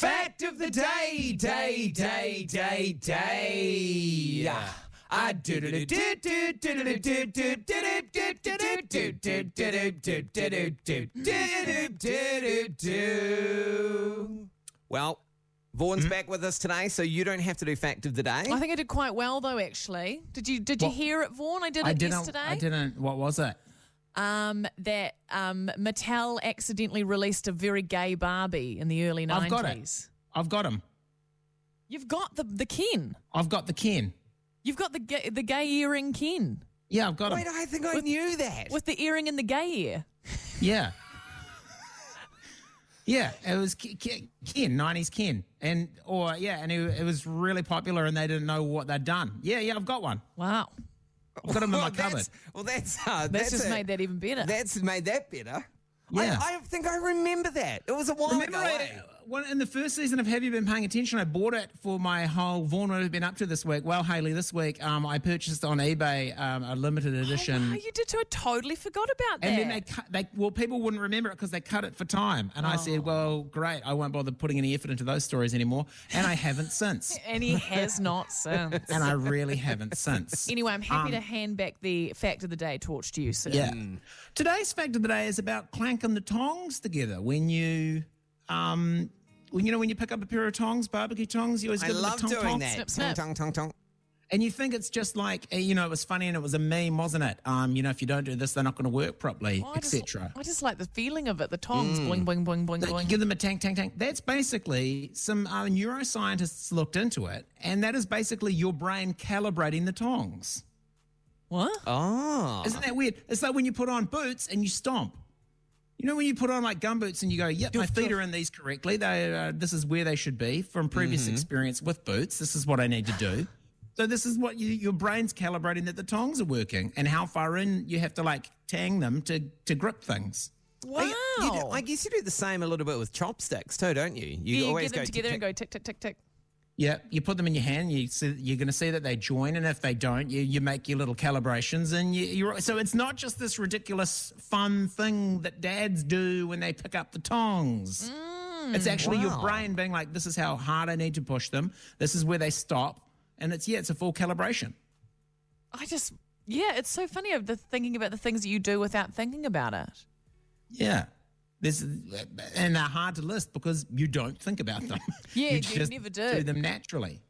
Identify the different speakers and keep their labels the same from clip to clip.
Speaker 1: the day, day, day, day, day. I do do do do do do do do do do do do do do do do do do do do do do.
Speaker 2: Well, Vaughn's
Speaker 1: Hmm?
Speaker 2: back with us today, so you don't have to do fact of the day.
Speaker 3: I think I did quite well though. Actually, did you did you hear it, Vaughn? I did it
Speaker 1: I didn't.
Speaker 3: yesterday.
Speaker 1: I didn't. What was it?
Speaker 3: Um, that um, Mattel accidentally released a very gay Barbie in the early 90s.
Speaker 1: I've got it. I've got him.
Speaker 3: You've got the the Ken.
Speaker 1: I've got the Ken.
Speaker 3: You've got the gay, the gay earring Ken
Speaker 1: Yeah, I've got him.
Speaker 2: Wait, I think I knew that.
Speaker 3: with the earring in the gay ear.
Speaker 1: Yeah. Yeah, it was Ke- Ke- Ken, nineties Ken, and or yeah, and it, it was really popular, and they didn't know what they'd done. Yeah, yeah, I've got one.
Speaker 3: Wow,
Speaker 1: I've got them in my
Speaker 2: well,
Speaker 1: cupboard.
Speaker 2: that's, well, that's uh,
Speaker 3: that's,
Speaker 2: that's
Speaker 3: just
Speaker 2: a-
Speaker 3: made that even better.
Speaker 2: That's made that better.
Speaker 1: Yeah.
Speaker 2: I, I think I remember that. It was a while
Speaker 1: Remember,
Speaker 2: ago.
Speaker 1: I,
Speaker 2: eh?
Speaker 4: One
Speaker 1: in the first season of Have You Been Paying Attention, I bought it for my whole Vaughn. What have been up to this week? Well, Haley, this week um, I purchased on eBay um, a limited edition.
Speaker 3: Oh, you did too. I totally forgot about that.
Speaker 1: And then they cut, they well, people wouldn't remember it because they cut it for time.
Speaker 2: Oh.
Speaker 1: And I said, well, great, I won't bother putting any effort into those stories anymore. And I haven't since.
Speaker 3: and he has not since.
Speaker 1: And I really haven't since.
Speaker 3: Anyway, I'm happy to hand back the fact of the day torch to you, sir.
Speaker 1: Um, Yeah.
Speaker 2: Hmm.
Speaker 1: Today's fact of the day is about clanking the tongs together when you, um, when you know when you pick up a pair of tongs, barbecue tongs, you always
Speaker 2: I
Speaker 1: give
Speaker 2: love
Speaker 1: them the tong
Speaker 2: doing
Speaker 1: tong.
Speaker 2: that.
Speaker 3: Snip, snip.
Speaker 2: Tong, tong, tong, tong.
Speaker 1: And you think it's just like eh, you know it was funny and it was a meme, wasn't it? Um, you know if you don't do this, they're not going to work properly,
Speaker 3: I just-
Speaker 1: etc.
Speaker 3: I just like the feeling of it. The tongs, boing, boing, boing,
Speaker 1: Like,
Speaker 3: boing, boing.
Speaker 1: Mm. you give them a tank, tank, tank. That's basically some uh, neuroscientists looked into it, and that is basically your brain calibrating the tongs.
Speaker 3: what?
Speaker 2: Oh.
Speaker 1: Isn't that weird? It's like when you put on boots and you stomp. You know when you put on like gum boots and you go, "Yep, my feet are in these correctly. They uh, this is where they should be." From previous experience with boots, this is what I need to do. So this is what you, your brain's calibrating that the tongs are working and how far in you have to like tang them to to grip things.
Speaker 3: Wow.
Speaker 2: You- you do- I guess you do the same a little bit with chopsticks too, don't you? You,
Speaker 3: you
Speaker 2: always
Speaker 3: get them
Speaker 2: go
Speaker 3: together
Speaker 2: tick,
Speaker 3: and go tick, tick, tick, tick.
Speaker 1: Yeah, you put them in your hand. You see, you're going to see that they join, and if they don't, you, you make your little calibrations. And you, you're so it's not just this ridiculous fun thing that dads do when they pick up the tongs.
Speaker 3: Mm,
Speaker 1: it's actually your
Speaker 2: wow.
Speaker 1: brain being like, "This is how hard I need to push them. This is where they stop." And it's yeah, it's a full calibration.
Speaker 3: I just, yeah, it's so funny of the thinking about the things that you do without thinking about it.
Speaker 1: Yeah, this is, and they're hard to list because you don't think about them.
Speaker 3: Yeah, you
Speaker 1: just
Speaker 3: never do.
Speaker 1: Do them naturally.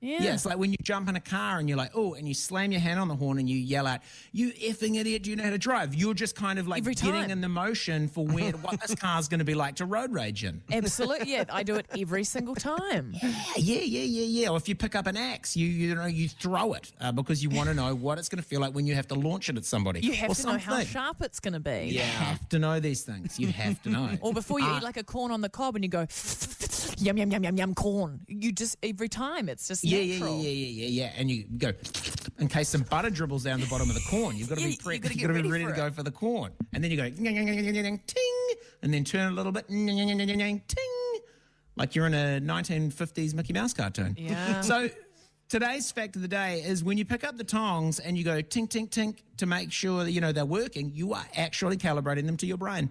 Speaker 3: Yeah.
Speaker 1: Yeah, it's like when you jump in a car and you're like, oh, and you slam your hand on the horn and you yell out, you effing idiot, do you know how to drive? You're just kind of like
Speaker 3: Every time.
Speaker 1: getting in the motion for where what this car's going to be like to road rage in.
Speaker 3: Absolutely. Yeah, I do it every single time.
Speaker 1: Yeah, yeah, yeah, yeah, yeah. Or if you pick up an axe, you you know you throw it uh, because you want to know what it's going to feel like when you have to launch it at somebody.
Speaker 3: You have
Speaker 1: or
Speaker 3: to know how
Speaker 1: something.
Speaker 3: sharp it's going to be.
Speaker 1: You have to know these things. You have to know.
Speaker 3: Or before
Speaker 1: Ah.
Speaker 3: you eat like a corn on the cob and you go, yum, yum, yum, yum, yum, corn. You just, every time, it's just
Speaker 1: yeah, yeah, yeah,
Speaker 3: natural.
Speaker 1: yeah, yeah, yeah, yeah. And you go in case some butter dribbles down the bottom of the corn. You've got to
Speaker 3: Yeah,
Speaker 1: be
Speaker 3: you
Speaker 1: prepped.
Speaker 3: gotta
Speaker 1: You've
Speaker 3: get
Speaker 1: got to be ready
Speaker 3: ready for
Speaker 1: to
Speaker 3: it.
Speaker 1: go for the corn. And then you go "Nyang, nyang, nyang, nyang, nyang, ting, and then turn a little bit "Nyang, nyang, nyang, nyang, nyang, ting, like you're in a 1950s Mickey Mouse cartoon.
Speaker 3: Yeah.
Speaker 1: so today's fact of the day is when you pick up the tongs and you go tink tink tink to make sure that you know they're working, you are actually calibrating them to your brain.